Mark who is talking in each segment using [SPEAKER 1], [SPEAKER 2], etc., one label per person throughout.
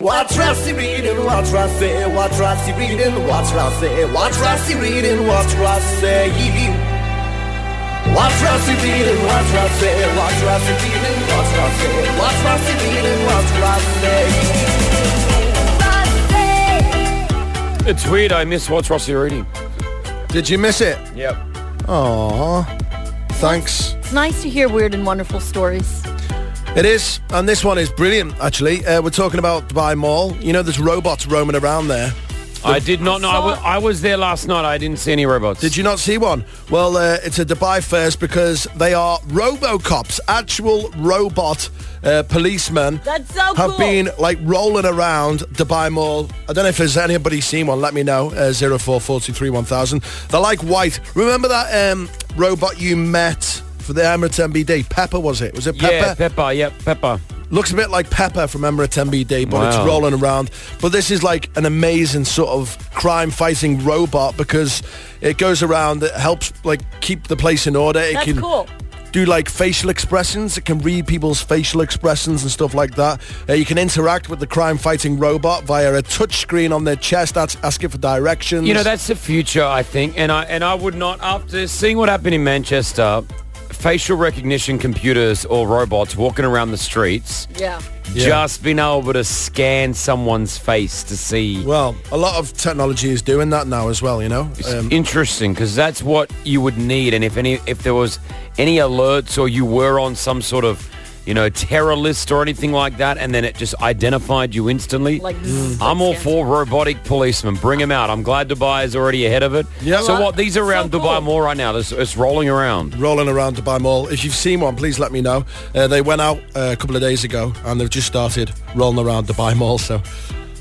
[SPEAKER 1] What's Rossi reading? What's Rossi? What's Rossi reading? What's Rossi? What's Rossi reading? What's Rossi? What's Rossi reading? What's Rossi? What's Rossi reading? What's Rossi? What's Rossi reading? What's Rossi?
[SPEAKER 2] It's weird. I miss what's Rossi reading.
[SPEAKER 3] Did you miss it?
[SPEAKER 2] Yep.
[SPEAKER 3] Aw. Thanks.
[SPEAKER 4] It's nice to hear weird and wonderful stories.
[SPEAKER 3] It is, and this one is brilliant. Actually, uh, we're talking about Dubai Mall. You know, there's robots roaming around there.
[SPEAKER 2] I did not know. I, w- I was there last night. I didn't see any robots.
[SPEAKER 3] Did you not see one? Well, uh, it's a Dubai first because they are RoboCops, actual robot uh, policemen.
[SPEAKER 4] That's so
[SPEAKER 3] Have
[SPEAKER 4] cool.
[SPEAKER 3] been like rolling around Dubai Mall. I don't know if there's anybody seen one. Let me know. Uh, 0443 1000. They're like white. Remember that um, robot you met for the Emirates MBD? Pepper was it? Was it Pepper?
[SPEAKER 2] Yeah, Pepper. Yep, Pepper.
[SPEAKER 3] Looks a bit like Pepper from Emirates MBD, but it's
[SPEAKER 2] Wow.
[SPEAKER 3] rolling around. But this is like an amazing sort of crime-fighting robot because it goes around. It helps like keep the place in order. It
[SPEAKER 4] That's
[SPEAKER 3] can
[SPEAKER 4] cool.
[SPEAKER 3] do like facial expressions. It can read people's facial expressions and stuff like that. Uh, you can interact with the crime-fighting robot via a touch screen on their chest. That's asking for directions.
[SPEAKER 2] You know, that's the future, I think. And I and I would not after seeing what happened in Manchester, facial recognition computers or robots walking around the streets,
[SPEAKER 4] Yeah.
[SPEAKER 3] Yeah.
[SPEAKER 2] just being able to scan someone's face to see.
[SPEAKER 3] well, a lot of technology is doing that now as well. You know,
[SPEAKER 2] It's
[SPEAKER 3] Um,
[SPEAKER 2] interesting because that's what you would need, and if any, if there was any alerts or you were on some sort of, you know, terror list or anything like that, and then it just identified you instantly. Mm.
[SPEAKER 4] Like, mm. zzz,
[SPEAKER 2] I'm all
[SPEAKER 4] yeah.
[SPEAKER 2] for robotic policemen. Bring them out. I'm glad Dubai is already ahead of it.
[SPEAKER 3] Yeah.
[SPEAKER 2] So what? These are
[SPEAKER 4] So
[SPEAKER 2] around
[SPEAKER 4] cool.
[SPEAKER 2] Dubai more right now. It's, it's rolling around.
[SPEAKER 3] rolling around Dubai Mall. If you've seen one, please let me know. Uh, they went out uh, a couple of days ago and they've just started rolling around Dubai Mall, so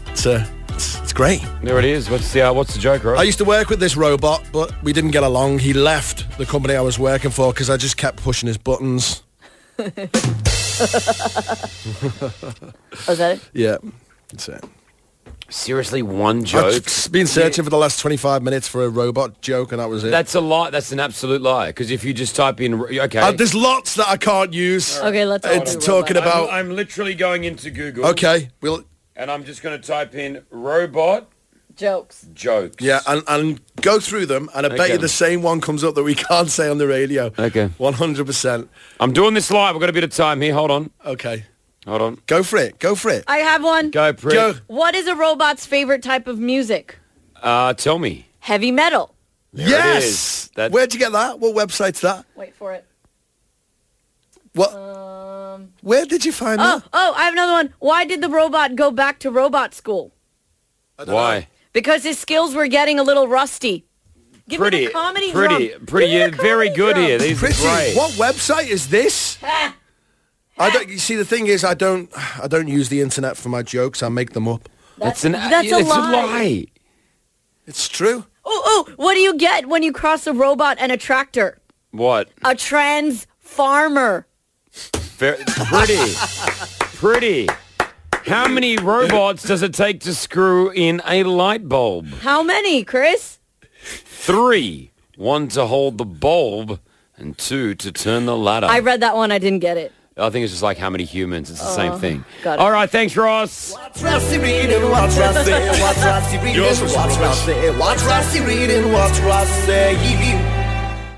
[SPEAKER 3] it's, uh, it's, it's great.
[SPEAKER 2] There it is. What's the uh, what's the joke, right?
[SPEAKER 3] I used to work with this robot, but we didn't get along. He left the company I was working for because I just kept pushing his buttons.
[SPEAKER 4] Oh, is that it?
[SPEAKER 3] Yeah, that's it.
[SPEAKER 2] Seriously, one
[SPEAKER 3] I've
[SPEAKER 2] joke.
[SPEAKER 3] just been searching for the last 25 minutes for a robot joke and that was it.
[SPEAKER 2] That's a lie. That's an absolute lie. Because if you just type in, okay,
[SPEAKER 3] Uh, there's lots that I can't use.
[SPEAKER 4] Okay, let's all
[SPEAKER 3] It's
[SPEAKER 4] do
[SPEAKER 3] talking
[SPEAKER 4] robot.
[SPEAKER 3] about...
[SPEAKER 2] I'm, I'm literally going into Google.
[SPEAKER 3] okay, we'll...
[SPEAKER 2] and I'm just going to type in robot
[SPEAKER 4] Jokes.
[SPEAKER 2] jokes.
[SPEAKER 3] Yeah, and, and go through them, and I bet
[SPEAKER 2] Okay.
[SPEAKER 3] you the same one comes up that we can't say on the radio.
[SPEAKER 2] Okay.
[SPEAKER 3] 100%.
[SPEAKER 2] I'm doing this live. We've got a bit of time here. Hold on.
[SPEAKER 3] Okay.
[SPEAKER 2] Hold on.
[SPEAKER 3] Go for it. Go for it.
[SPEAKER 4] I have one.
[SPEAKER 2] Go, prick.
[SPEAKER 3] Go.
[SPEAKER 4] What is a robot's favorite type of music?
[SPEAKER 2] Uh, tell me.
[SPEAKER 4] Heavy metal.
[SPEAKER 2] it
[SPEAKER 3] yes.
[SPEAKER 2] is. That-
[SPEAKER 3] Where'd you get that? What website's that?
[SPEAKER 4] Wait for it.
[SPEAKER 3] What?
[SPEAKER 4] Um,
[SPEAKER 3] Where did you find
[SPEAKER 4] oh,
[SPEAKER 3] that?
[SPEAKER 4] oh, I have another one. Why did the robot go back to robot school?
[SPEAKER 3] I don't
[SPEAKER 2] Why?
[SPEAKER 3] know.
[SPEAKER 4] Because his skills were getting a little rusty. Give me
[SPEAKER 2] Pretty.
[SPEAKER 4] the comedy
[SPEAKER 2] pretty.
[SPEAKER 4] drum.
[SPEAKER 2] Pretty.
[SPEAKER 4] Give me
[SPEAKER 2] You're
[SPEAKER 4] the
[SPEAKER 2] very
[SPEAKER 4] comedy
[SPEAKER 2] good
[SPEAKER 4] drum.
[SPEAKER 2] here. These
[SPEAKER 3] Pretty.
[SPEAKER 2] are great.
[SPEAKER 3] What website is this? I don't. You see, the thing is, I don't. I don't use the internet for my jokes. I make them up.
[SPEAKER 2] That's an.
[SPEAKER 4] That's a
[SPEAKER 2] it's
[SPEAKER 4] lie.
[SPEAKER 3] It's true.
[SPEAKER 4] Oh, oh, what do you get when you cross a robot and a tractor?
[SPEAKER 2] What?
[SPEAKER 4] A trans farmer.
[SPEAKER 2] Very, pretty. pretty. How many robots does it take to screw in a light bulb?
[SPEAKER 4] How many, Chris?
[SPEAKER 2] Three. One to hold the bulb and two to turn the ladder.
[SPEAKER 4] I read that one. I didn't get it.
[SPEAKER 2] I think it's just like how many humans. It's the same thing.
[SPEAKER 4] Oh, got it.
[SPEAKER 2] All right, thanks, Ross.
[SPEAKER 1] What's Rossi reading? What's Rossi? What's Rossi reading? What's Rossi? What's Rossi reading? What's Rossi?